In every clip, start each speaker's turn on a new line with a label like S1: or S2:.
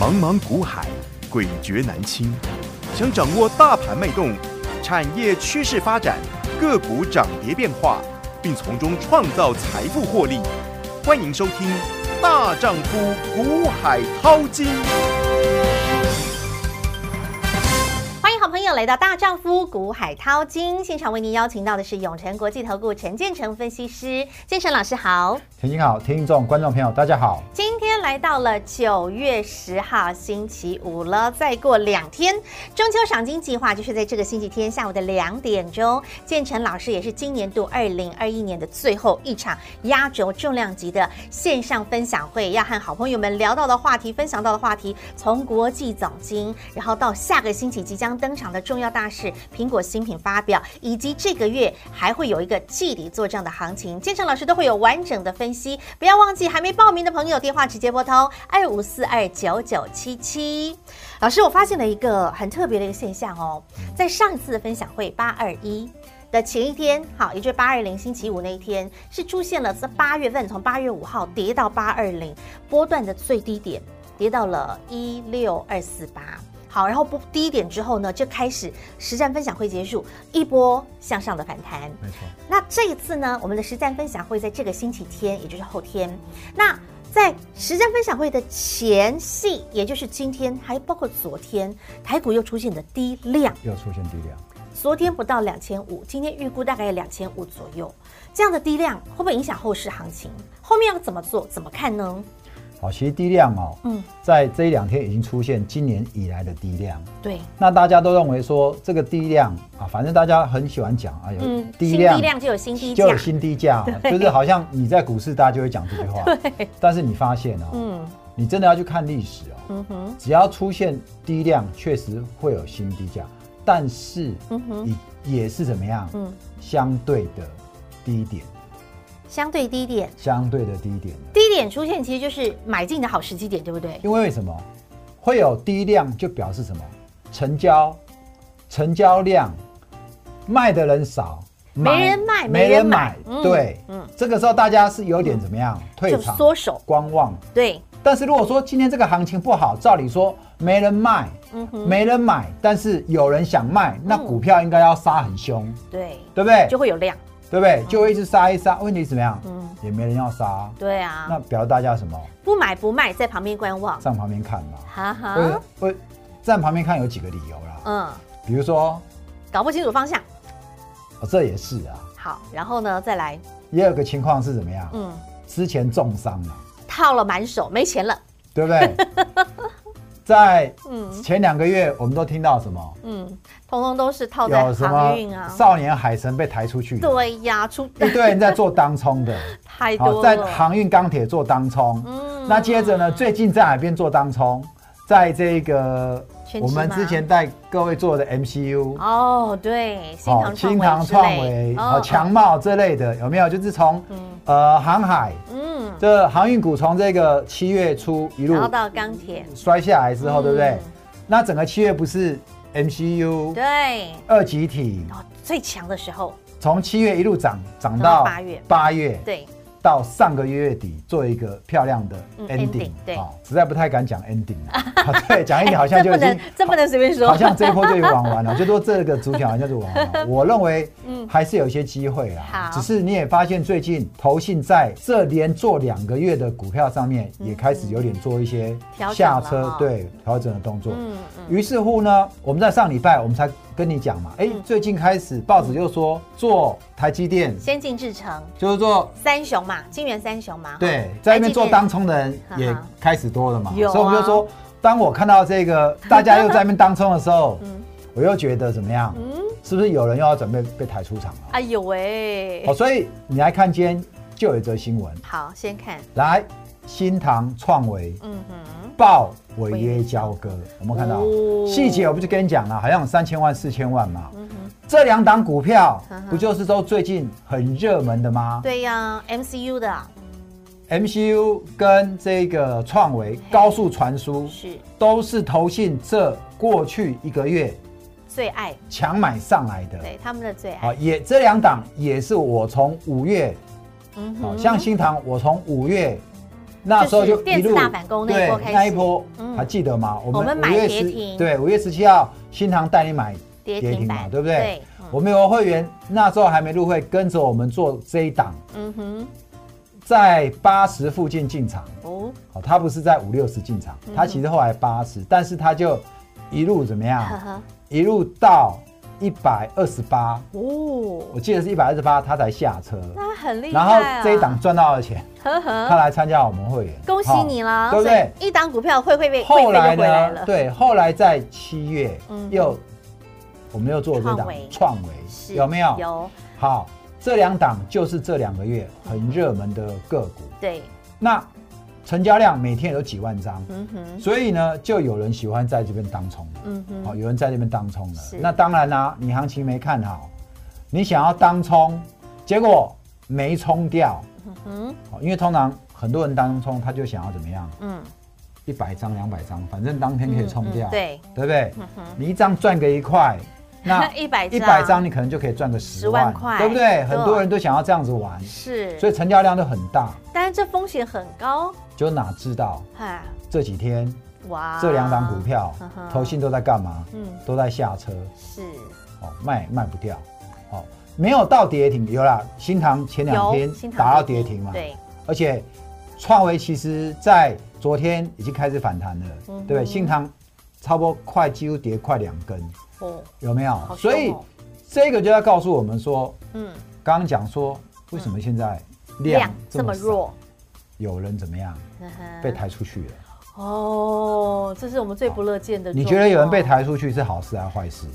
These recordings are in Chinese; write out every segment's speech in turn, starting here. S1: 茫茫股海，诡谲难清。想掌握大盘脉动、产业趋势发展、个股涨跌变化，并从中创造财富获利，欢迎收听《大丈夫股海淘金》。
S2: 欢迎好朋友来到大丈夫股海淘金现场，为您邀请到的是永诚国际投顾陈建成分析师，建成老师好。
S3: 田青好，听众观众朋友大家好，
S2: 今天来到了九月十号星期五了，再过两天，中秋赏金计划就是在这个星期天下午的两点钟，建成老师也是今年度二零二一年的最后一场压轴重量级的线上分享会，要和好朋友们聊到的话题、分享到的话题，从国际总经，然后到下个星期即将登场的重要大事——苹果新品发表，以及这个月还会有一个季底做账的行情，建成老师都会有完整的分析。不要忘记，还没报名的朋友，电话直接拨通二五四二九九七七。老师，我发现了一个很特别的一个现象哦，在上一次的分享会八二一。的前一天，好，也就是八二零星期五那一天，是出现了在八月份，从八月五号跌到八二零波段的最低点，跌到了一六二四八。好，然后不低点之后呢，就开始实战分享会结束，一波向上的反弹。
S3: 没错，
S2: 那这一次呢，我们的实战分享会在这个星期天，也就是后天。那在实战分享会的前戏，也就是今天，还包括昨天，台股又出现的低量，
S3: 又出现低量，
S2: 昨天不到两千五，今天预估大概两千五左右。这样的低量会不会影响后市行情？后面要怎么做？怎么看呢？
S3: 好，其实低量哦，
S2: 嗯，
S3: 在这一两天已经出现今年以来的低量，
S2: 对，
S3: 那大家都认为说这个低量啊，反正大家很喜欢讲啊，有
S2: 嗯，
S3: 低
S2: 新
S3: 量
S2: 低量就有新低价
S3: 就有，新低价哦，就是好像你在股市大家就会讲这句话，
S2: 对，
S3: 但是你发现哦，
S2: 嗯
S3: 你真的要去看历史哦，
S2: 嗯哼，
S3: 只要出现低量，确实会有新低价，但是
S2: 嗯哼，
S3: 也也是怎么样，
S2: 嗯，
S3: 相对的低点，
S2: 相对低点，
S3: 相对的低点的。
S2: 低点出现其实就是买进的好时机点，对不对？
S3: 因为为什么会有低量，就表示什么？成交，成交量，卖的人少，买
S2: 没人卖
S3: 没人买
S2: 没人买嗯。
S3: 对，
S2: 嗯
S3: 这个时候大家是有点怎么样？退
S2: 就
S3: 场、
S2: 缩手，
S3: 观望。
S2: 对，
S3: 但是如果说今天这个行情不好，照理说没人卖，
S2: 嗯哼，
S3: 没人买，但是有人想卖，那
S2: 嗯
S3: 股票应该要杀很凶，
S2: 对，
S3: 对不对？
S2: 就会有量，
S3: 对不对？就会一直杀一杀，问题怎么样？
S2: 嗯，
S3: 也没人要杀，
S2: 对啊，
S3: 那表示大家什么？
S2: 不买不卖，在旁边观望，
S3: 站旁边看嘛。
S2: 哈
S3: 我
S2: 哈，
S3: 我站旁边看有几个理由啦，
S2: 嗯，
S3: 比如说、
S2: 搞不清楚方向，
S3: 哦这也是啊，
S2: 好，然后呢再来，
S3: 也有个情况是怎么样？
S2: 嗯，
S3: 之前重伤了，
S2: 套了满手，没钱了，
S3: 对不对？ 在
S2: 嗯
S3: 前两个月，我们都听到什么？
S2: 嗯，通通都是套哦在
S3: 有什
S2: 航运啊
S3: 么，少年海神被抬出去，
S2: 对呀，出
S3: 一堆人在做当冲的，
S2: 太
S3: 好，
S2: 多
S3: 在
S2: 了，
S3: 航运钢铁做当冲。
S2: 嗯
S3: 那接着呢，最近在海边做当冲，在这个
S2: 全
S3: 我
S2: 职
S3: 们
S2: 吗
S3: 之前带各位做的 MCU，
S2: 哦，对，新
S3: 哦，
S2: 塘
S3: 清
S2: 创维
S3: 塘
S2: 之
S3: 创
S2: 类
S3: 维、，哦，强茂这类的有没有？就是从
S2: 嗯
S3: 呃航海
S2: 嗯，
S3: 这航运股从这个七月初一
S2: 然后
S3: 路
S2: 到钢铁
S3: 摔下来之后，对不对
S2: 嗯？
S3: 那整个七月不是 MCU
S2: 对，
S3: 二级体
S2: 哦，最强的时候，
S3: 从七月一路涨涨
S2: 到
S3: 到
S2: 八月
S3: 八月
S2: 对，
S3: 到上个月底做一个漂亮的
S2: 嗯 ending，
S3: ending，
S2: 对
S3: 哦实在不太敢讲 ending 了 啊对，讲 ending 好像
S2: 哎这
S3: 就
S2: 不
S3: 已经
S2: 能，这不能随便说，
S3: 好像这一波就玩 完了，就说这个主角好像就玩完了。我认为
S2: 嗯
S3: 还是有一些机会啦，
S2: 好
S3: 只是你也发现最近投信在这连做两个月的股票上面
S2: 嗯
S3: 也开始有点做一些
S2: 调整
S3: 下
S2: 了
S3: 车
S2: 哦
S3: 对调整的动作。
S2: 嗯嗯
S3: 于是乎呢，我们在上礼拜我们才跟你讲嘛，哎
S2: 嗯，
S3: 最近开始报纸又说做台积电，
S2: 先进制程
S3: 就是做
S2: 三雄嘛，金元三雄嘛，哎
S3: 对
S2: 哈，
S3: 在那边做当
S2: 台积
S3: 冲的人
S2: 哈哈
S3: 也开始多了嘛，
S2: 有啊，
S3: 所以我们就说，当我看到这个大家又在那边当冲的时候
S2: 嗯
S3: 我又觉得怎么样？
S2: 电嗯，
S3: 是不是有人又要准备被抬出场了？
S2: 哎呦喂
S3: 哦，，所以你来看今天就有一则新闻，
S2: 好，先看，
S3: 来新塘创维
S2: 嗯哼，
S3: 报违约交割，有没有看到
S2: 哦
S3: 细节？我不就跟你讲了，好像有三千万、四千万嘛。
S2: 嗯哼，
S3: 这两档股票
S2: 嗯哼
S3: 不就是都最近很热门的吗？
S2: 对呀，MCU 的啊
S3: MCU 跟这个创维高速传输
S2: 是
S3: 都是投信这过去一个月
S2: 最爱，
S3: 强买上来的。
S2: 对他们的最爱，
S3: 好，也这两档也是我从五月
S2: 嗯
S3: 好、像新塘，我从五月那时候
S2: 就
S3: 就是一
S2: 电子
S3: 路
S2: 大反攻那一波
S3: 对
S2: 开始
S3: 那一波
S2: 嗯
S3: 还记得吗？我
S2: 我们买
S3: 五月
S2: 跌
S3: 十
S2: 停嗯
S3: 对五月十七号新航带你买
S2: 跌
S3: 跌
S2: 停
S3: 停嘛，
S2: 板，
S3: 对不对？
S2: 嗯
S3: 我们有个会员那时候还没入会，跟着我们做这一档，
S2: 嗯哼，
S3: 在八十附近进场。
S2: 哦，
S3: 哦，他不是在五六十进场，
S2: 嗯
S3: 他其实后来八十，但是他就一路怎么样？
S2: 呵呵，
S3: 一路到一百二十八，
S2: 哦，
S3: 我记得是一百二十八，他才下车。
S2: 那很厉害
S3: 然
S2: 啊
S3: 后这一档，赚到了钱，
S2: 呵呵，
S3: 他来参加我们会员，
S2: 恭喜
S3: 哦
S2: 你了，
S3: 对不对？？
S2: 一档股票会会被
S3: 后来
S2: 会飞就回来
S3: 呢？
S2: 了，
S3: 对，后来在七月
S2: 嗯
S3: 又我们又做这
S2: 创
S3: 档
S2: 维
S3: 创
S2: 是
S3: 维，有没有？。
S2: 有，
S3: 好，这两档就是这两个月很热门的个股。
S2: 对，
S3: 那成交量每天有几万张，
S2: 嗯哼，
S3: 所以呢，就有人喜欢在这边当冲的，
S2: 嗯哼，
S3: 好、哦有人在这边当冲的
S2: 是。
S3: 那当然啦、你行情没看好，你想要当冲，结果没冲掉，
S2: 嗯哼，
S3: 好因为通常很多人当冲，他就想要怎么样，
S2: 嗯，
S3: 一百张、两百张，反正当天可以冲
S2: 嗯
S3: 掉，
S2: 嗯对，
S3: 对不对？
S2: 嗯哼，
S3: 你一张赚个一块，那
S2: 一百
S3: 一百张你可能就可以赚个十万，
S2: 10万块
S3: 对不对？很
S2: 对
S3: 多人都想要这样子玩，
S2: 是，
S3: 所以成交量都很大，
S2: 但是这风险很高，
S3: 就哪知道
S2: 哈，
S3: 这几天
S2: 哇，
S3: 这两档股，票
S2: 嗯哼，
S3: 投信都在干嘛？
S2: 嗯，
S3: 都在下车，
S2: 是，
S3: 哦，卖卖不掉，哦，没有到跌停，有啦，新塘前两天
S2: 新塘
S3: 打到跌停嘛，，
S2: 对，
S3: 而且创维其实在昨天已经开始反弹了，
S2: 嗯哼
S3: 对不对？新塘差不多快几乎跌快两根，
S2: 哦，
S3: 有没有？
S2: 好凶
S3: 所以
S2: 哦
S3: 这个就要告诉我们说，
S2: 嗯，
S3: 刚刚讲说为什么现在量
S2: 量
S3: 这
S2: 这
S3: 么
S2: 么
S3: 弱，
S2: 弱，
S3: 有人怎么样
S2: 嗯哼
S3: 被抬出去了？
S2: 哦，这是我们最不乐见的。
S3: 你觉得有人被？抬出去是好事还是坏事？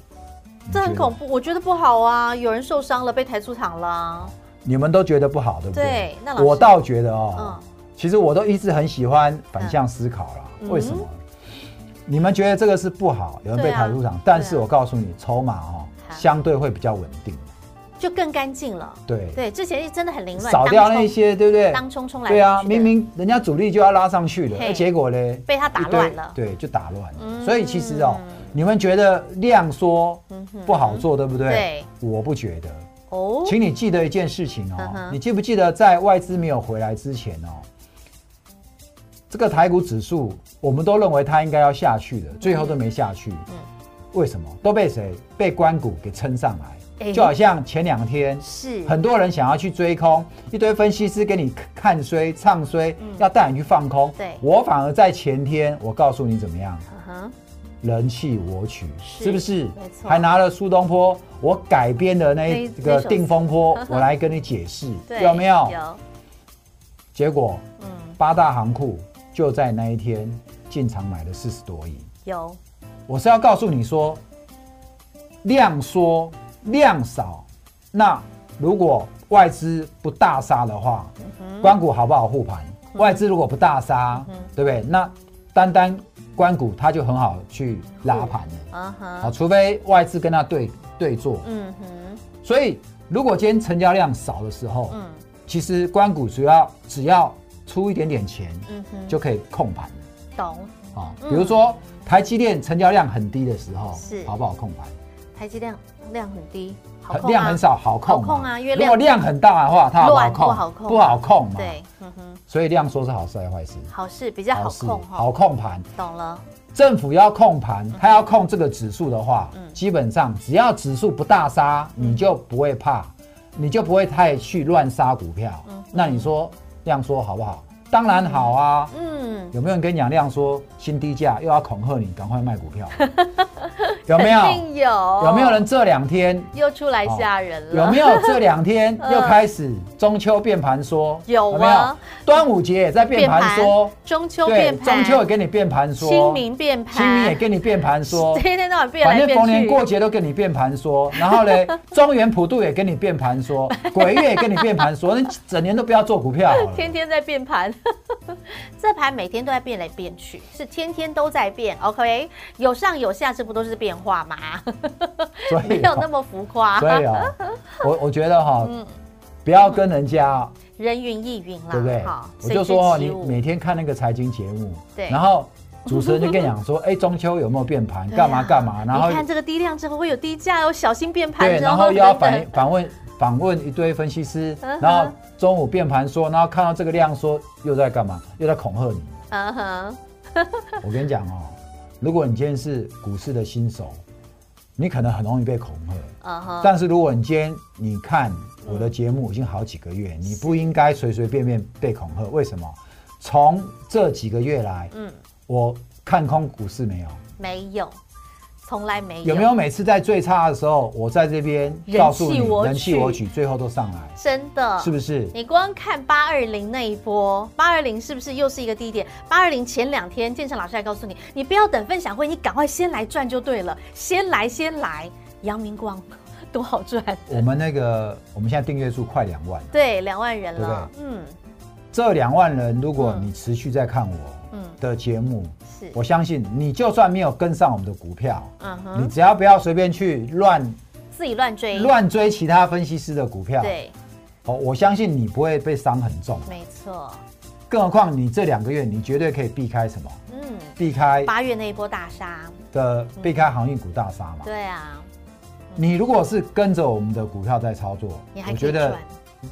S3: 你
S2: 这
S3: 觉
S2: 很
S3: 得
S2: 恐怖，我觉得不好啊！有人受伤了，被抬出场了。
S3: 你们都觉得不好，对不对？
S2: 对那老师
S3: 我倒觉得哦，
S2: 嗯
S3: 其实我都一直很喜欢反向思考啦。
S2: 嗯
S3: 为什么？你们觉得这个是不好，有人被
S2: 对啊
S3: 抬出场，但是
S2: 对啊
S3: 我告诉你，筹码哦
S2: 好
S3: 相对会比较稳定，
S2: 就更干净了。
S3: 对，
S2: 对，之前真的很凌乱，
S3: 少掉
S2: 当冲
S3: 那些，对不对？
S2: 当冲冲来。
S3: 对啊，明明人家主力就要拉上去了，
S2: 嘿
S3: 那结果呢？
S2: 被他打
S3: 一堆
S2: 乱了。
S3: 对，就打乱
S2: 嗯
S3: 了。所以其实哦，你们觉得量缩
S2: 嗯哼
S3: 不好做，对不
S2: 对
S3: 对？我不觉得。
S2: 哦，
S3: 请你记得一件事情
S2: 嗯
S3: 哦
S2: 哼，
S3: 你记不记得在外资没有回来之前哦，这个台股指数我们都认为它应该要下去
S2: 嗯
S3: 的，最后都没下去。为什么？都被谁？被关谷给撑上
S2: 哎
S3: 来。就好像前两天
S2: 是
S3: 很多人想要去追空，一堆分析师给你看衰、唱衰
S2: 嗯，
S3: 要带你去放空。
S2: 对
S3: 我反而在前天，我告诉你怎么样，
S2: 嗯哼，
S3: 人气我取，
S2: 是
S3: 是不是
S2: 没？错
S3: 还拿了苏东坡，我改编的那一
S2: 那一
S3: 个
S2: 那首
S3: 定风波
S2: 诗，
S3: 我来跟你解释，
S2: 对，
S3: 有没有？
S2: 有，
S3: 结果
S2: 嗯，
S3: 八大行库就在那一天进场买了四十多亿。
S2: 有，
S3: 我是要告诉你说，量缩量少，那如果外资不大杀的话，
S2: 嗯
S3: 关股好不好护盘？外资如果不大杀，
S2: 嗯
S3: 对不对？那单单关股它就很好去拉盘了。
S2: 嗯
S3: 好，
S2: 哼，
S3: 除非外资跟它对对坐。
S2: 嗯哼，
S3: 所以，如果今天成交量少的时候，
S2: 嗯
S3: 其实关股主要只要出一点点钱，
S2: 嗯哼，
S3: 就可以控盘了。
S2: 懂。
S3: 啊，
S2: 嗯
S3: 比如说台积电成交量很低的时候，
S2: 是
S3: 好不好控盘？
S2: 台积量量很低，好啊
S3: 很
S2: 控
S3: 量
S2: 吗
S3: 很少，好控嘛
S2: 好控啊因为
S3: 如果量很大的话，它好不好
S2: 乱
S3: 控？
S2: 不好控
S3: 不好控嘛。
S2: 对，嗯哼，
S3: 所以量说是好事还是坏事？
S2: 好事比较好
S3: 事
S2: 控哈
S3: 好，控盘。
S2: 懂了，
S3: 政府要控盘，它要控这个指数的话，
S2: 嗯
S3: 基本上只要指数不大杀，你就不会怕，你就不会太去乱杀股票。
S2: 嗯
S3: 那你说量说好不好？当然好啊。
S2: 嗯，
S3: 有没有人跟你讲量说新低价又要恐吓你赶快卖 股票？有没有？
S2: 肯定有，
S3: 有没有人这两天？
S2: 又出来吓人了？
S3: 有没有这两天
S2: 嗯
S3: 又开始中秋变盘说？
S2: 有啊
S3: 没有？端午节也在变盘说，
S2: 中秋变盘，
S3: 中秋也跟你变盘说，
S2: 清明变盘，
S3: 清明也跟你变盘说
S2: 这，一天到晚变
S3: 反
S2: 来
S3: 正
S2: 变去，
S3: 逢年过节都跟你变盘说， 然后嘞，中原普渡也跟你变盘说，鬼月也跟你变盘说，你整年都不要做股票好了。
S2: 天天在变盘， 这盘每天都在变来变去，是天天都在变。OK，有上有下，这不都是变化吗？
S3: 所
S2: 没
S3: 以
S2: 有那
S3: 哦，
S2: 么浮夸，
S3: 所以哦，我我觉得哈
S2: 嗯，
S3: 不要跟人家
S2: 人云亦云啦，
S3: 对不对
S2: 哈？
S3: 我就说哦，
S2: 随之
S3: 你
S2: 起舞
S3: 每天看那个财经节目，
S2: 对
S3: 然后主持人就跟你 讲说，哎，中秋有没有变盘？干嘛
S2: 对啊
S3: 干嘛？然后
S2: 你看这个低量之后会有低价哦，小心变盘
S3: 对，
S2: 之
S3: 然
S2: 后
S3: 后又要
S2: 等等
S3: 反反问访问一堆分析师
S2: 嗯哼，
S3: 然后中午变盘说，然后看到这个量说又在干嘛？又在恐吓你。
S2: 嗯哼，
S3: 我跟你讲哦，如果你今天是股市的新手，你可能很容易被恐吓。
S2: 嗯哼，
S3: 但是如果你今天你看我的节目已经好几个月，
S2: 嗯
S3: 你不应该随随便便被恐吓。为什么？从这几个月来，
S2: 嗯，
S3: 我看空股市没有？
S2: 没有，从来没有，
S3: 有没有？每次在最差的时候，我在这边
S2: 人
S3: 告诉
S2: 气
S3: 你
S2: 我
S3: 人气我
S2: 取嗯
S3: 取，最后都上来，
S2: 真的，
S3: 是不是？
S2: 你光看八二零那一波，八二零是不是又是一个低点？八二零前两天，建成老师还告诉你，你不要等分享会，你赶快先来赚就对了，先来先来，阳明光 多好赚，
S3: 我们那个我们现在订阅数快两万，
S2: 对，两万人了，嗯
S3: 这两万人如果
S2: 嗯
S3: 你持续在看我
S2: 嗯，
S3: 的节目，
S2: 是，
S3: 我相信你就算没有跟上我们的股票，
S2: 嗯
S3: 你
S2: 哼，
S3: 只要不要随便去乱
S2: 自己乱追，
S3: 乱追其他分析师的股票，
S2: 对，
S3: 哦，我相信你不会被伤很重。
S2: 没错，
S3: 更何况你这两个月，你绝对可以避开什么？
S2: 嗯，
S3: 避开
S2: 八月那一波大杀，
S3: 的避开航运股大杀嘛。
S2: 对啊，
S3: 你如果是跟着我们的股票在操作
S2: 你，还可
S3: 我
S2: 以
S3: 觉
S2: 赚
S3: 得，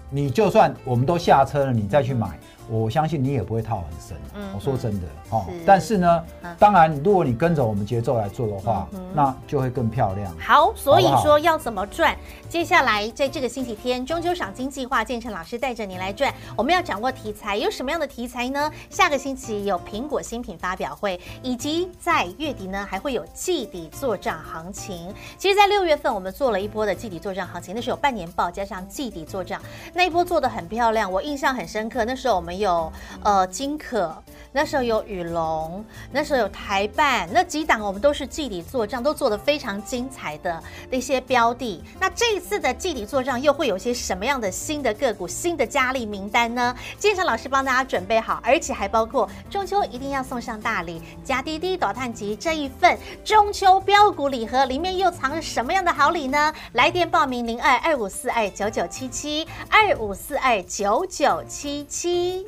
S3: 你就算我们都下车了，你再去买，我相信你也不会套很深。
S2: 嗯
S3: 我说真的哦
S2: 是，
S3: 但是呢
S2: 嗯，
S3: 当然，如果你跟着我们节奏来做的话
S2: 嗯哼，
S3: 那就会更漂亮。
S2: 好，所以
S3: 好不好
S2: 说要怎么赚？接下来在这个星期天，中秋赏金计划，建成老师带着你来赚。我们要掌握题材，有什么样的题材呢？下个星期有苹果新品发表会，以及在月底呢还会有季底做账行情。其实，在六月份我们做了一波的季底做账行情，那时候有半年报加上季底做账，那一波做的很漂亮，我印象很深刻。那时候我们有呃金可，那时候有雨龙，那时候有台办，那几档我们都是季底做账，都做得非常精彩的一些标的。那这一次的季底做账又会有一些什么样的新的个股、新的佳丽名单呢？建成老师帮大家准备好，而且还包括中秋一定要送上大礼，加滴滴导探集这一份中秋标股礼盒里面又藏着什么样的好礼呢？来电报名零二二五四二九九七七二五四二九九七七。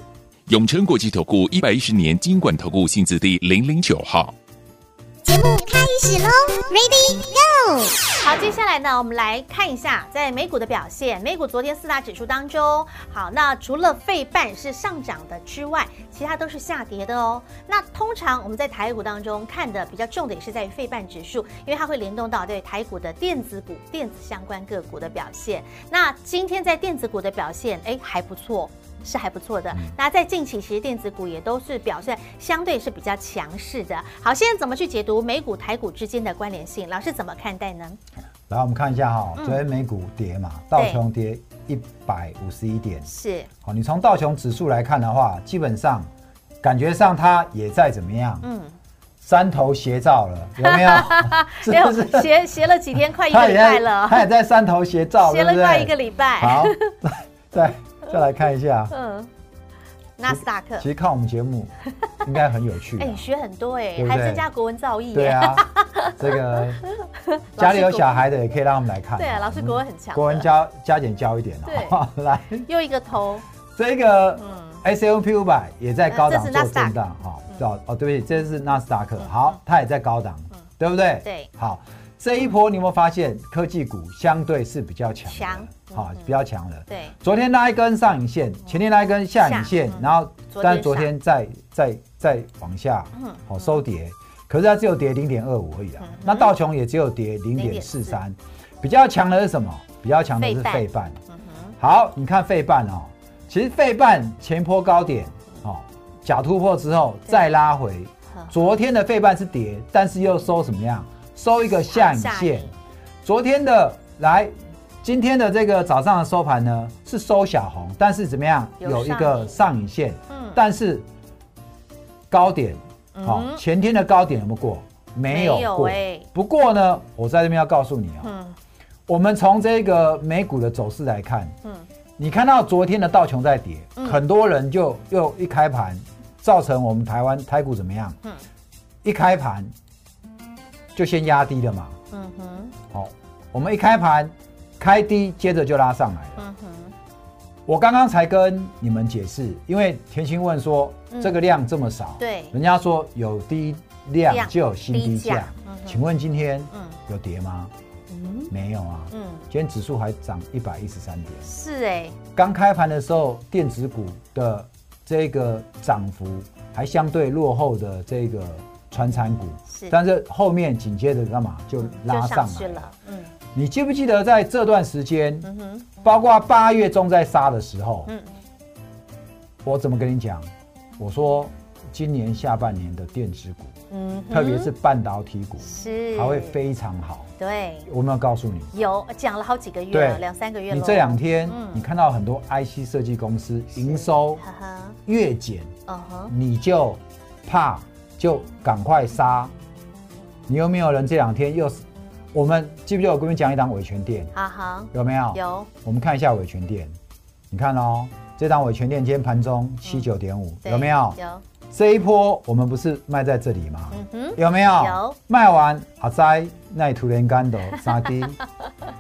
S4: 永诚国际投顾一百一十年金管投顾性质第零零九号。
S5: 节目开始喽，Ready Go！
S2: 好，接下来呢，我们来看一下在美股的表现。美股昨天四大指数当中，好，那除了费半是上涨的之外，其他都是下跌的哦。那通常我们在台股当中看的比较重的也是在于费半指数，因为它会联动到对台股的电子股、电子相关个股的表现。那今天在电子股的表现，哎，还不错。是还不错的。那在近期，其实电子股也都是表现相对是比较强势的。好，现在怎么去解读美股、台股之间的关联性？老师怎么看待呢？
S3: 来，我们看一下哈，
S2: 嗯
S3: 昨天美股跌嘛，道琼跌一百五十一点。
S2: 是，
S3: 好，你从道琼指数来看的话，基本上感觉上它也在怎么样，
S2: 嗯，
S3: 三头斜照了，有没有？是
S2: 没有
S3: 不 是？
S2: 学学了几天，快一个
S3: 它
S2: 礼
S3: 也
S2: 拜
S3: 在，
S2: 了，
S3: 它也在三头斜 照，
S2: 学
S3: 对
S2: 了
S3: 不
S2: 快一
S3: 对？
S2: 个 礼拜。
S3: 好，再再再来看一下，
S2: 嗯，纳斯达克，
S3: 其实看我们 节目应该很有趣啊
S2: 哎，你学很多哎
S3: 对，不对
S2: 还增加国文造诣
S3: 对
S2: 耶。
S3: 啊，这 个家里有小孩的也可以让他们来看。
S2: 对啊，老师
S3: 嗯
S2: 国文很强的，
S3: 国文加加减教一点哦。 来，
S2: 又一个头，
S3: 这个
S2: 嗯
S3: S M P 五百也在高档
S2: 呃这是 Nasdaq 嗯
S3: 做震荡，哈，哦哦，对不起，这是纳斯达克，好，它也在高档，对不对？
S2: 对，
S3: 好，这一波你有没有发现科技股相对是比较强的，
S2: 强
S3: 好
S2: 嗯哼，
S3: 比较强的。
S2: 对，
S3: 昨天拉一根上影线，前天拉一根下影线
S2: 哦下，嗯
S3: 然后
S2: 昨天
S3: 但是昨天再再再往下
S2: 嗯，
S3: 好收跌，可是它只有跌零点二五而已啊
S2: 嗯。
S3: 那道琼也只有跌零点四三，比较强的是什么？比较强的是
S2: 费半
S3: 费半。
S2: 嗯哼，
S3: 好，你看费半哦，其实费半前坡高点哦，假突破之后
S2: 对
S3: 再拉回
S2: 呵，
S3: 昨天的费半是跌，但是又收什么样？收一个下影
S2: 下
S3: 线
S2: 影。
S3: 昨天的来，今天的这个早上的收盘呢是收小红，但是怎么样？
S2: 有
S3: 有一
S2: 上
S3: 个
S2: 影
S3: 上影线，
S2: 嗯
S3: 但是高点，
S2: 嗯
S3: 好、前天的高点有没有过？没有
S2: 没有
S3: 过。
S2: 欸
S3: 不过呢，我在这边要告诉你啊、
S2: 嗯
S3: 我们从这个美股的走势来看，
S2: 嗯，
S3: 你看到昨天的道琼在跌，
S2: 嗯
S3: 很多人就又一开盘，造成我们台湾台股怎么样？
S2: 嗯
S3: 一开盘就先压低了嘛。
S2: 嗯哼，
S3: 好、我们一开盘开低，接着就拉上来了。
S2: 嗯哼，
S3: 我刚刚才跟你们解释，因为田心问说、
S2: 嗯
S3: 这个量这么少，
S2: 对
S3: 人家说有低量
S2: 量
S3: 就有新低
S2: 低价
S3: 价
S2: 嗯哼，
S3: 请问今天
S2: 嗯
S3: 有跌吗？
S2: 嗯
S3: 没有啊，
S2: 嗯，
S3: 今天指数还涨一百一十三点。
S2: 是哎，
S3: 刚开盘的时候，电子股的这个涨幅还相对落后的这个传产股，
S2: 是
S3: 但是后面紧接着干嘛就
S2: 嗯
S3: 拉
S2: 就
S3: 上
S2: 上去
S3: 来
S2: 了，嗯
S3: 你记不记得在这段时间，
S2: 嗯哼，
S3: 包括八月中在杀的时候，
S2: 嗯
S3: 我怎么跟你讲？我说今年下半年的电子股，
S2: 嗯哼，
S3: 特别是半导体股，
S2: 是
S3: 还会，非常好。
S2: 对，
S3: 我有没有告诉你？
S2: 有讲了好几个月
S3: 对
S2: 了，两三个月了，
S3: 你这两天
S2: 嗯
S3: 你看到很多 IC 设计公司
S2: 是
S3: 营收
S2: 哈哈，
S3: 月减，
S2: 嗯哼，
S3: 你就怕就赶快杀。你有没有人这两天又是？我们记不记得我跟你讲一档维权店？
S2: 哈哈，
S3: 有没有？。
S2: 有，
S3: 我们看一下维权店，你看哦，这档维权店今天盘中七九点五，
S2: 嗯对
S3: 有没有？
S2: 有，
S3: 这一波我们不是卖在这里吗？
S2: 嗯哼，
S3: 有没有？
S2: 有
S3: 卖完阿仔那突然 干的三 D，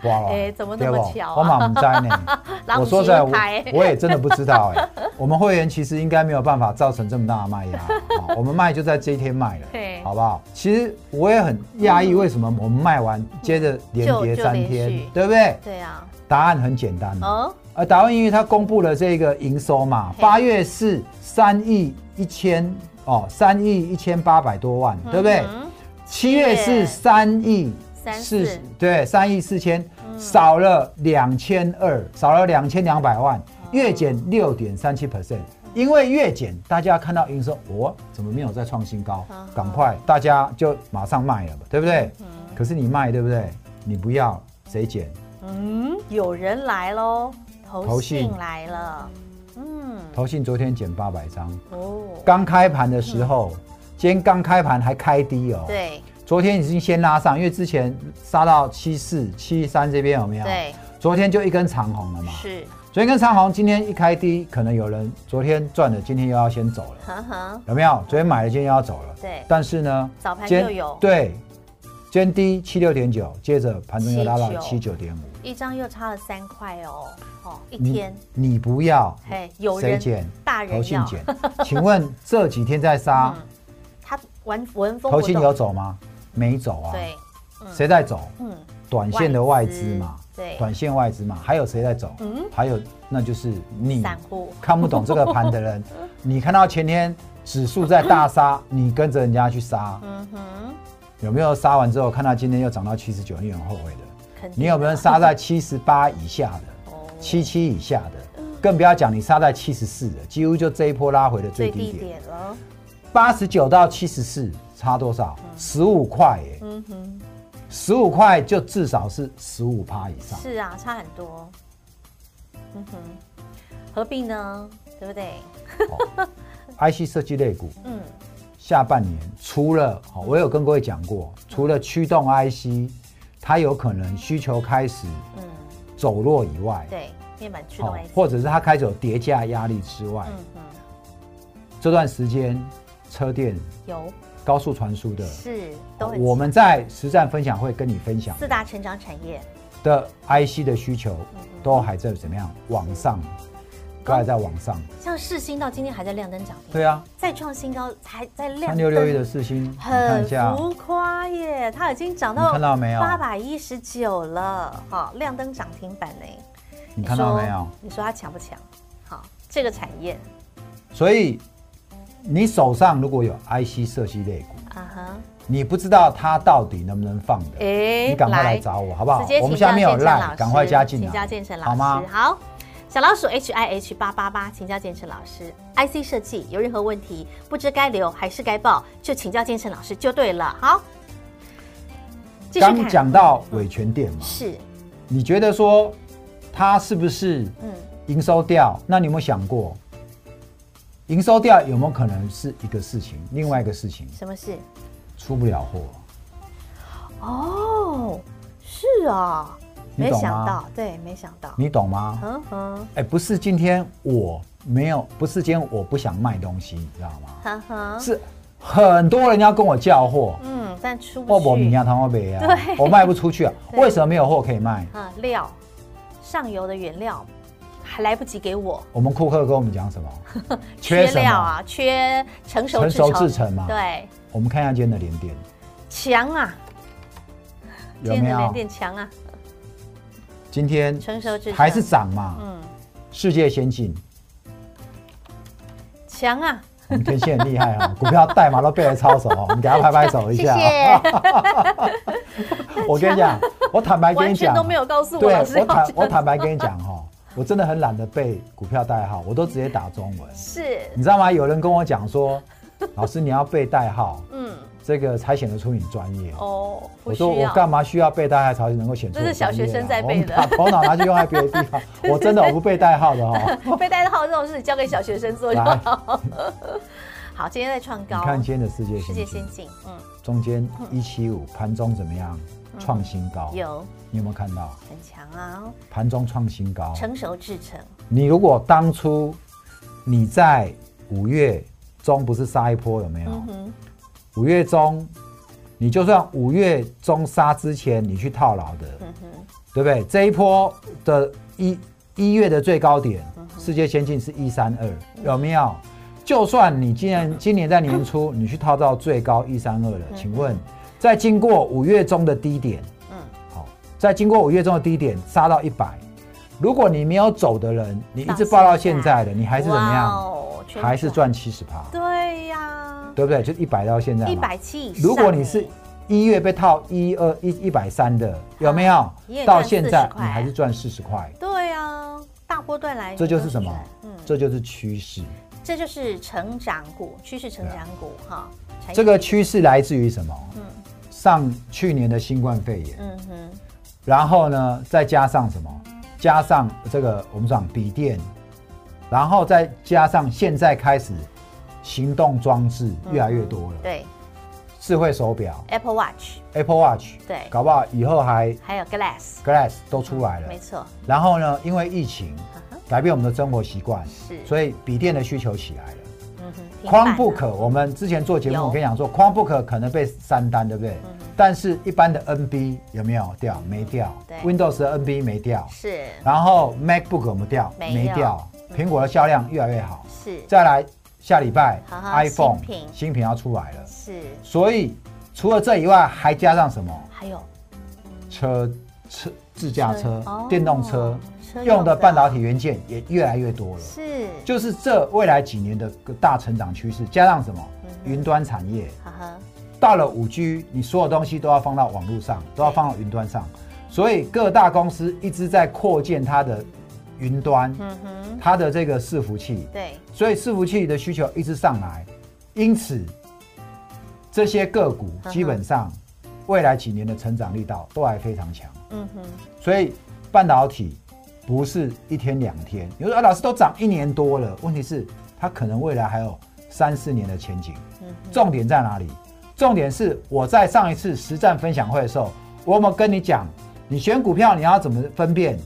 S3: 哇
S2: 哎怎么那么巧啊。
S3: 我满不在呢
S2: 狼
S3: 我说实在，
S2: 心
S3: 我
S2: 态
S3: 我也真的不知道哎、 我们会员其实应该没有办法造成这么大的卖压，好 我们卖就在这一天卖了
S2: 对，嗯
S3: 好不好？其实我也很讶异，为什么我们卖完接着连
S2: 就
S3: 跌
S2: 就
S3: 三
S2: 连
S3: 天
S2: 续，
S3: 对不对？
S2: 对啊，
S3: 答案很简单嘛。
S2: 哦，
S3: 而呃达文因为它公布了这个营收嘛，
S2: 嘿
S3: 八月是三亿一千哦，三亿一千八百多万，对不对？
S2: 嗯
S3: 七月是三亿
S2: 三四嗯
S3: 对，三亿四千，少了两千二，少了两千两百
S2: 哦
S3: 万，月减六点三七 percent。因为月减，大家看到营收，哦，怎么没有再创新高
S2: 嗯？哼
S3: 赶快，大家就马上卖了吧，对不对？可是你卖，对不对？你不要，谁减？
S2: 嗯，有人来喽，投
S3: 投
S2: 信
S3: 信
S2: 来了，嗯，
S3: 投信昨天减八百张，
S2: 哦，
S3: 刚开盘的时候，今天刚开盘还开低哦。，
S2: 嗯对
S3: 昨天已经先拉上，因为之前杀到七四、七三这边有没有？，
S2: 对
S3: 昨天就一根长红了嘛。
S2: 是，
S3: 昨天跟长红，今天一开低，可能有人昨天赚了，今天又要先走了，
S2: 呵呵，
S3: 有没有？昨天买了，今天又要走了。
S2: 对
S3: 但是呢，
S2: 早盘
S3: 今天
S2: 就有
S3: 对，今天低七六点九，接着盘中又拉到
S2: 79
S3: 七九点五。
S2: 一张又差了三块哦，哦，一
S3: 你
S2: 天，
S3: 你不要，
S2: 嘿，有
S3: 谁
S2: 人
S3: 减？
S2: 大人
S3: 投信
S2: 要，
S3: 减。请问这几天在杀？
S2: 嗯他玩文风
S3: 投
S2: 不
S3: 信
S2: 动
S3: 有走吗？没走啊。
S2: 对，
S3: 谁在走？
S2: 嗯，
S3: 短线的外资
S2: 外
S3: 嘛
S2: 资，对
S3: 短线外资嘛，还有谁在走？
S2: 嗯
S3: 还有那就是你
S2: 散户
S3: 看不懂这个盘 的人，你看到前天指数在大杀，你跟着人家去杀，
S2: 嗯哼，
S3: 有没有杀完之后看到今天又涨到七十九，你很后悔的？
S2: 肯定的，
S3: 你有没有杀 在七十八以下的、
S2: 哦
S3: 七七以下的？
S2: 嗯
S3: 更不要讲你杀在七十四的，几乎就这一波拉回的最
S2: 最
S3: 低
S2: 低
S3: 点，
S2: 点了？
S3: 八十九到七十四差多少？十五块耶！
S2: 嗯哼，
S3: 十五块就至少是十五趴以上。
S2: 是啊，差很多。嗯哼，何必呢？对不对？
S3: IC 设计类股
S2: 嗯，
S3: 下半年除了，好，我有跟各位讲过，
S2: 嗯
S3: 除了驱动 IC，它有可能需求开始
S2: 嗯，
S3: 走弱以外，
S2: 对，面板驱
S3: 好，
S2: 动 IC，
S3: 或者是它开始有叠加压力之外，
S2: 嗯哼，
S3: 这段时间车电、
S2: 有
S3: 高速传输的，
S2: 是都很
S3: 我
S2: 强
S3: 们在实战分享会跟你分享
S2: 四大成长产业，
S3: 的 IC 的需求都还在怎么样往上，都还在往上。
S2: 像世新到今天还在亮灯涨停，
S3: 对啊，
S2: 再创新高，还在亮
S3: 三
S2: 灯
S3: 六六一的四星，你看
S2: 啊很
S3: 一下，啊
S2: 浮夸耶，它已经涨
S3: 你
S2: 到
S3: 看到没有
S2: 八百一十九了，好，亮灯涨停板呢？
S3: 你看到
S2: 说
S3: 没有？？
S2: 你说它强不强？好，这个产业
S3: 所以你手上如果有 IC 设计类股，
S2: 啊哈，
S3: 你不知道它到底能不能放的，
S2: 哎
S3: 你赶快来找我好不好
S2: 直接？
S3: 我们
S2: 请
S3: 下面
S2: 教
S3: 有
S2: 建成老
S3: line，
S2: 师
S3: 赶快加进
S2: 请教
S3: 来
S2: 建成，老师
S3: 好吗？
S2: 好。小老鼠 H I H 八八八，请教建成老师。IC 设计有任何问题，不知该留还是该报，就请教建成老师就对了。好，继续
S3: 刚
S2: 看
S3: 讲到伟权店嘛，
S2: 是，
S3: 你觉得说它是不是
S2: 嗯，
S3: 营收掉？那你有没有想过，营收掉有没有可能是一个事情？另外一个事情
S2: 什么事？
S3: 出不了货，
S2: 哦，是啊，
S3: 你
S2: 没
S3: 懂
S2: 想
S3: 吗
S2: 到，对，没想到，
S3: 你懂吗？
S2: 嗯哼，
S3: 哎，不是今天我没有，不是今天我不想卖东西，你知道吗？
S2: 哼哼，
S3: 是很多人要跟我叫货，
S2: 嗯，但出
S3: 我
S2: 不
S3: 我明
S2: 去
S3: 天汤我北啊
S2: 对，
S3: 我卖不出去啊，
S2: 对
S3: 为什么没有货可以卖？
S2: 啊，料上游的原料还来不及给我，
S3: 我们库克跟我们讲什么？ 什么
S2: 料啊，缺成熟
S3: 成熟制成嘛
S2: 对，
S3: 我们看一下今天的连电，
S2: 强啊，
S3: 有
S2: 今天
S3: 没
S2: 的联
S3: 有？
S2: 电强啊，
S3: 今天
S2: 成熟之
S3: 还是涨嘛？
S2: 嗯，
S3: 世界先进，
S2: 强啊，
S3: 我们天线很厉害啊， 股票代码都背得超熟哦，我们给他拍拍手一
S2: 谢
S3: 下。
S2: 谢，
S3: 我跟你讲，我坦白跟
S2: 完
S3: 你
S2: 全
S3: 讲，
S2: 都没有告诉我
S3: 对
S2: 老师
S3: 我
S2: 要
S3: 坦
S2: 讲
S3: 我坦白跟你讲哈、我真的很懒得背股票代号，我都直接打中文。
S2: 是，
S3: 你知道吗？有人跟我 讲说，老师你要背代号，
S2: 嗯，
S3: 这个才显得出你专业。
S2: 哦，不
S3: 我
S2: 需
S3: 说我
S2: 要，
S3: 干嘛需要背代号才能够显出我
S2: 这是
S3: 专业啊？
S2: 小学生在背的
S3: 我们把头脑拿去用在别的 地方。我真的我不背代号的哦。
S2: 被带号这种事交给小学生做就
S3: 来
S2: 好。 好，今天在创
S3: 你
S2: 高，
S3: 看今天的世界
S2: 世
S3: 先
S2: 界
S3: 进，
S2: 先进，嗯，
S3: 中间一七五盘中怎么样？创新高，
S2: 有
S3: 你有没有看到
S2: 很强啊，
S3: 盘中创新高？
S2: 成熟制成，
S3: 你如果当初你在五月中不是杀一波有没有？
S2: 嗯哼，
S3: 五月中，你就算五月中杀之前你去套牢的，
S2: 嗯哼，
S3: 对不对？这一波的一一月的最高点，世界先进是一三二，有没有？就算你
S2: 嗯
S3: 今年今年在 年初你去套到最高一三二了，请问在经过五月中的低点，
S2: 嗯，
S3: 好，在经过五月中的低点杀到一百，如果你没有走的人，你一直报到现在的，你还是怎么
S2: 哇
S3: 样？
S2: 哦全
S3: 还是赚七十趴，
S2: 对呀，
S3: 对不对？就一百到现在嘛。
S2: 一百七以上。欸
S3: 如果你是一月被套一二一一百三的，有没有
S2: 你也？
S3: 到
S2: 赚
S3: 现
S2: 40
S3: 在
S2: 块
S3: 你还是赚四十块，
S2: 对啊，大波段来，
S3: 这就是什么
S2: 嗯，？
S3: 这就是趋势。
S2: 这就是成长股，趋势成长股哈。产业
S3: 啊这个趋势来自于什么？
S2: 嗯
S3: 上去年的新冠肺炎，
S2: 嗯哼，
S3: 然后呢，再加上什么？加上这个我们讲笔电，然后再加上现在开始行动装置越来越多了，
S2: 嗯对
S3: 智慧手表、
S2: ，Apple Watch，
S3: Apple Watch，
S2: 对
S3: 搞不好以后还
S2: 还有 Glass
S3: Glass 都出来了。
S2: 嗯没错，
S3: 然后呢，因为疫情改变我们的生活习惯，
S2: 嗯是
S3: 所以笔电的需求起来了。
S2: 嗯哼，平板啊
S3: Chromebook，我们之前做节目，
S2: 有嗯
S3: 我跟你讲说，Chromebook 可能被删单，对不对？但是一般的 NB 有没有掉？没掉。
S2: 对
S3: Windows 的 NB 没掉。
S2: 是
S3: 然后 MacBook 有没有掉？
S2: 没嗯有
S3: 掉。苹果的销量越来越好。
S2: 是
S3: 再来，下礼拜
S2: 好好
S3: iPhone
S2: 新品
S3: 新品要出来了，
S2: 是，
S3: 所以除了这以外，还加上什么？
S2: 还有
S3: 车车自驾车
S2: 车哦、
S3: 电动车
S2: 车用的
S3: 用的半导体元件也越来越多了。
S2: 是，
S3: 就是这未来几年的大成长趋势，加上什么
S2: 嗯
S3: 云端产业，
S2: 呵呵，
S3: 到了五 G，你所有东西都要放到网络上，都要放到云端上，所以各大公司一直在扩建它的云端，
S2: 嗯哼，
S3: 它的这个伺服器，
S2: 对，
S3: 所以伺服器的需求一直上来，因此这些个股
S2: 嗯哼
S3: 基本上未来几年的成长力道都还非常强。
S2: 嗯哼，
S3: 所以半导体不是一天两天。你说啊，老师都涨一年多了，问题是它可能未来还有三四年的前景。重点在哪里？重点是我在上一次实战分享会的时候，我有没有跟你讲，你选股票你要怎么分辨，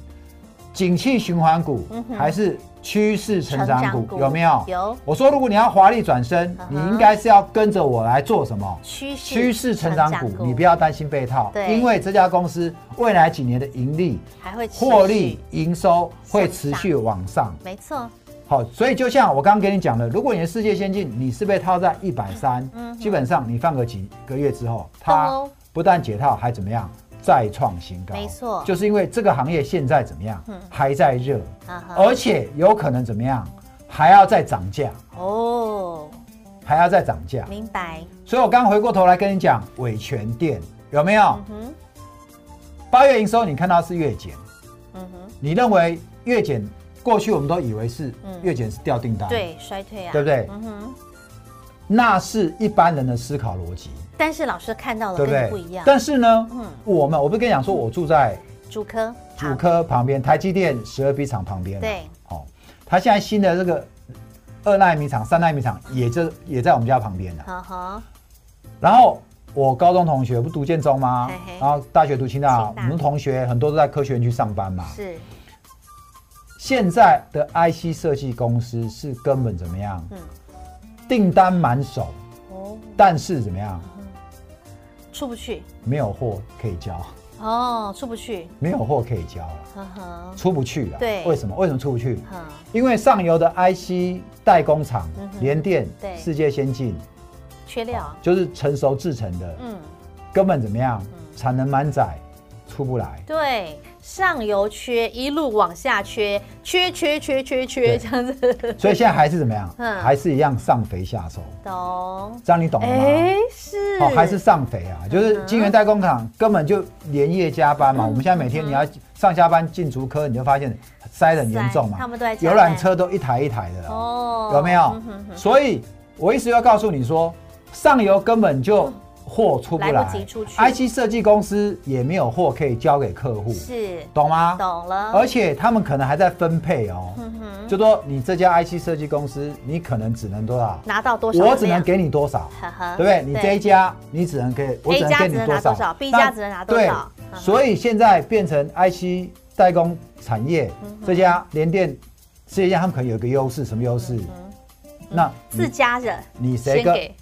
S3: 景气循环股还是趋势成长
S2: 成长
S3: 股？
S2: 股
S3: 有没有？
S2: 有
S3: 我说，如果你要华丽转身，你应该是要跟着我来做什么？
S2: 趋势
S3: 趋势成长股，你不要担心被套，
S2: 对
S3: 因为这家公司未来几年的盈利、
S2: 还会持续
S3: 获利、，营收会持续往上。
S2: 没错，
S3: 好，所以就像我刚刚跟你讲的，如果你的世界先进，你是被套在一百三，基本上你放个几个月之后，
S2: 懂
S3: 它
S2: 哦
S3: 不但解套，还怎么样？再创新高，
S2: 没错
S3: 就是因为这个行业现在怎么样，还在热，
S2: 啊哈，
S3: 而且有可能怎么样，还要再涨价，
S2: 哦，
S3: 还要再涨价。
S2: 明白，
S3: 所以我刚回过头来跟你讲，伟全店有没有？
S2: 嗯
S3: 八月营收你看到是月减，
S2: 哼，嗯哼，
S3: 你认为月减？过去我们都以为是
S2: 嗯
S3: 月减是掉订单，，
S2: 对，衰退啊，
S3: 对不对？
S2: 嗯哼，
S3: 那是一般人的思考逻辑，
S2: 但是老师看到了
S3: 对
S2: 哦跟
S3: 不
S2: 你
S3: 对？
S2: 不一样，
S3: 但是呢，
S2: 嗯
S3: 我们我不是跟你讲说，我住在
S2: 主科，
S3: 主科旁边，台积电十二 B 厂旁边，
S2: 对，
S3: 哦，它现在新的这个二纳米厂、三纳米厂也就也在我们家旁边了。
S2: 好，哈
S3: 然后我高中同学不读建中吗
S2: 嘿？嘿
S3: 然后大学读清大，
S2: 清
S3: 我
S2: 大
S3: 们同学很多都在科学园区上班嘛
S2: 哈，。是，
S3: 现在的 IC 设计公司是根本怎么样？
S2: 嗯，
S3: 订单满手，
S2: 哦，
S3: 但是怎么样？
S2: 出不去，
S3: 没有货可以交，
S2: 哦，出不去，
S3: 没有货可以交了，
S2: 呵呵，
S3: 出不去了。
S2: 对
S3: 为什么？为什么出不去？
S2: 呵，
S3: 因为上游的 IC 代工厂
S2: 嗯哼，
S3: 联电
S2: 对、
S3: 世界先进，
S2: 缺料，
S3: 就是成熟制成的，
S2: 嗯，
S3: 根本怎么样，产能满载出不来。
S2: 对，上游缺，一路往下缺，缺缺缺缺缺，
S3: 对
S2: 这样子，
S3: 所以现在还是怎么样？
S2: 嗯
S3: 还是一样上肥下瘦，
S2: 懂？
S3: 这样你懂了吗？
S2: 哎，是，嗯
S3: 哦，还是上肥啊，就是金源代工厂根本就连夜加班嘛。我们现在每天你要上下班进竹科，你就发现塞得很严重嘛
S2: 塞他们都在，加班
S3: 游览车都一台一台的哦，
S2: 哦
S3: 有没有
S2: 嗯哼？哼
S3: 所以我一直要告诉你说，上游根本就货出不
S2: 嗯来
S3: 来
S2: 不及出去
S3: ，IC 设计公司也没有货可以交给客户，
S2: 是，
S3: 懂吗？
S2: 懂嗯了，
S3: 而且他们可能还在分配哦，就说你这家 IC 设计公司，你可能只能多少？
S2: 拿到多少量？
S3: 我只能给你多少，
S2: 呵呵，
S3: 对不对？你这一家你只能给，我
S2: 啊 A
S3: 只能
S2: 家
S3: 给
S2: 只
S3: 你
S2: 能
S3: 多
S2: 拿
S3: 少
S2: 多少，B
S3: 那
S2: 家只能拿多
S3: 对
S2: 少嗯哼
S3: 所以现在变成 IC 代工产业
S2: 嗯
S3: 这家联电、世界上他们可能有一个优势，什么优势？
S2: 嗯
S3: 那
S2: 自家人
S3: 你谁
S2: 先
S3: 跟
S2: 给。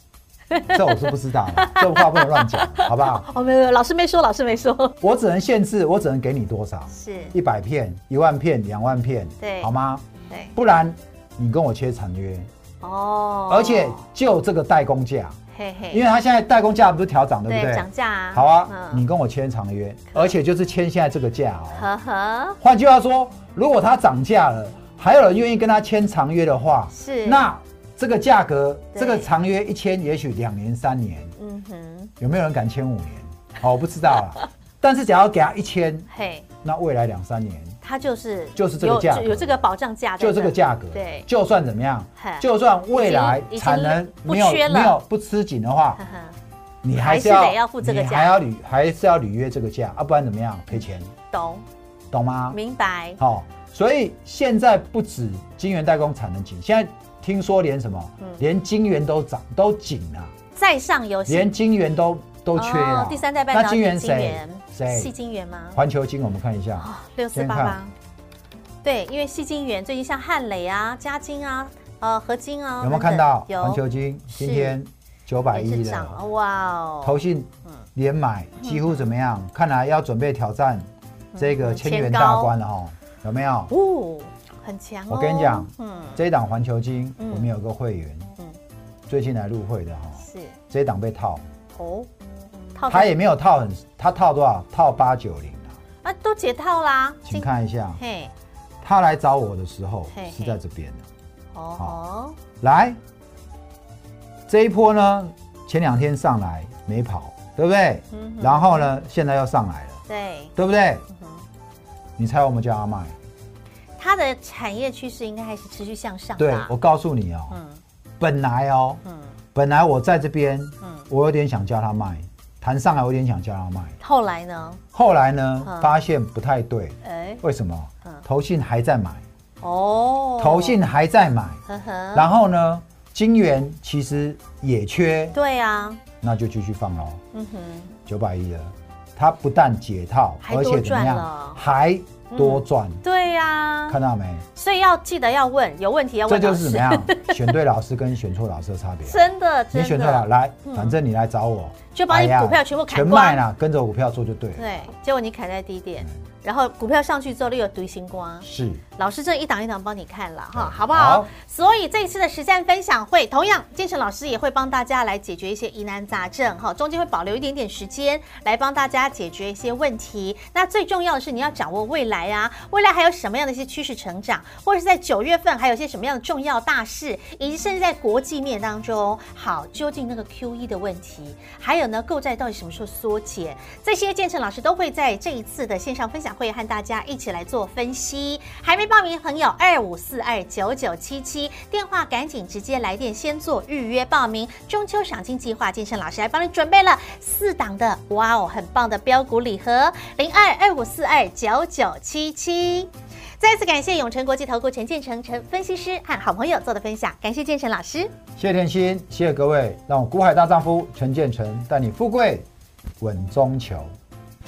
S3: 这我是不知道的， 这话不能乱讲，好不好？
S2: 哦，没有没有，老师没说，老师没说，
S3: 我只能限制，我只能给你多少，
S2: 是
S3: 一百片、一万片、两万片，
S2: 对
S3: 好吗？
S2: 对
S3: 不然你跟我切产约，
S2: 哦，
S3: 而且就这个代工价，
S2: 嘿嘿，
S3: 因为它现在代工价不是调涨，对不对？
S2: 涨价啊，
S3: 好啊，你跟我签长约，而且就是签现在这个价哦。
S2: 呵呵，
S3: 换句话说，如果它涨价了，还有人愿意跟他签长约的话，
S2: 是
S3: 那这个价格，
S2: 对
S3: 这个长约一签，也许两年三年，
S2: 嗯哼，
S3: 有没有人敢签 五年？哦好，我不知道啦。但是只要给他一签，
S2: 嘿，
S3: 那未来两三年
S2: 它就是
S3: 就是这个
S2: 有
S3: 价格
S2: 有这个保障价，
S3: 就这个价格，
S2: 对
S3: 就算怎么样
S2: 嘿，
S3: 就算未来
S2: 已经
S3: 产能没有
S2: 已经不缺了
S3: 没有不吃紧的话
S2: 呵，呵，
S3: 你还是
S2: 还是
S3: 要
S2: 得要付这个价
S3: 你还要履还是要履约这个价，啊，不然怎么样赔钱，
S2: 懂，
S3: 懂吗？
S2: 明白，
S3: 好、所以现在不止晶圆代工产能紧，现在听说连什
S2: 嗯
S3: 么，连晶圆都涨都紧了、
S2: 再上游戏
S3: 连晶圆都都缺了、
S2: 哦第三代半导体
S3: 那晶圆
S2: 晶
S3: 谁
S2: 圆？细
S3: 谁？
S2: 晶圆吗？
S3: 环球晶，我们看一下，
S2: 哦，六四
S3: 先
S2: 八
S3: 看
S2: 八，对，因为细晶圆最近像汉磊啊、嘉晶啊、呃合金啊，
S3: 有
S2: 等
S3: 没有
S2: 等
S3: 看到
S2: 有
S3: 环球晶今
S2: 是
S3: 天九百
S2: 也
S3: 亿
S2: 是
S3: 了？
S2: 涨嗯哇哦，
S3: 投信连买几乎怎么样？看来要准备挑战这个千
S2: 嗯
S3: 元
S2: 前高
S3: 大关了哈，有没有？
S2: 哦，很强、哦。
S3: 我跟你讲
S2: 嗯，
S3: 这一档环球金，
S2: 嗯
S3: 我们有个会员
S2: 嗯，
S3: 最近来入会的哈，
S2: 是
S3: 这一档被套，
S2: 哦，套
S3: 他也没有套很，他套多少？套八九零啊，
S2: 啊都解套啦，
S3: 请
S2: 今
S3: 看一下，
S2: 嘿，
S3: 他来找我的时候
S2: 嘿嘿
S3: 是在这边的，
S2: 哦
S3: 好，来这一波呢，前两天上来没跑，对不对？
S2: 嗯哼
S3: 然后呢，现在又上来了，
S2: 对，
S3: 对不对？
S2: 嗯哼，
S3: 你猜我们叫他卖？
S2: 它的产业趋势应该还是持续向上
S3: 对
S2: 吧？
S3: 我，告诉你哦，
S2: 啊嗯
S3: 本来哦，
S2: 嗯
S3: 本来我在这边，
S2: 嗯，
S3: 我有点想叫他卖，谈上来我有点想叫他卖，
S2: 后来呢？
S3: 后来呢，
S2: 嗯
S3: 发现不太对，
S2: 哎，
S3: 为什么
S2: 嗯？
S3: 投信还在买，
S2: 哦，
S3: 投信，还在买，
S2: 呵呵，
S3: 然后呢，金元其实也缺，
S2: 对啊，
S3: 那就继续放喽，
S2: 嗯哼，
S3: 九百亿了，他不但解套，
S2: 还多
S3: 而且怎么
S2: 赚
S3: 样
S2: 了，
S3: 还多赚，
S2: 对呀、
S3: 看到没？
S2: 所以要记得要问，有问题要
S3: 这
S2: 问老
S3: 就是
S2: 师
S3: 怎么，样 选对老师跟选错老师的差别。啊
S2: 真的真的，
S3: 你选对了，来，
S2: 嗯
S3: 反正你来找我，
S2: 就把你
S3: 哎呀
S2: 股票全部砍
S3: 全
S2: 光
S3: 卖了，跟着我股票做就对了。
S2: 对，结果你砍在低点，然后股票上去之后又有独行光。
S3: 是，
S2: 老师这一档一档帮你看了哈，
S3: 对
S2: 好不好？
S3: 好
S2: 所以这一次的实战分享会，同样建成老师也会帮大家来解决一些疑难杂症哈，中间会保留一点点时间来帮大家解决一些问题。那最重要的是你要掌握未来啊，未来还有什么样的一些趋势成长，或者是在九月份还有一些什么样的重要大事，以及甚至在国际面当中，好，究竟那个 Q E 的问题，还有呢购债到底什么时候缩减，这些建成老师都会在这一次的线上分享会和大家一起来做分析。还没报名的朋友，二五四二九九七七电话赶紧直接来电先做预约报名。中秋赏金计划，建成老师还帮你准备了四档的，哇哦，很棒的标股礼盒，零二二五四二九九七七。再次感谢永诚国际投顾陈建成陈分析师和好朋友做的分享，感谢建成老师。
S3: 谢谢甜心，谢谢各位，让我股海大丈夫陈建成带你富贵稳中求。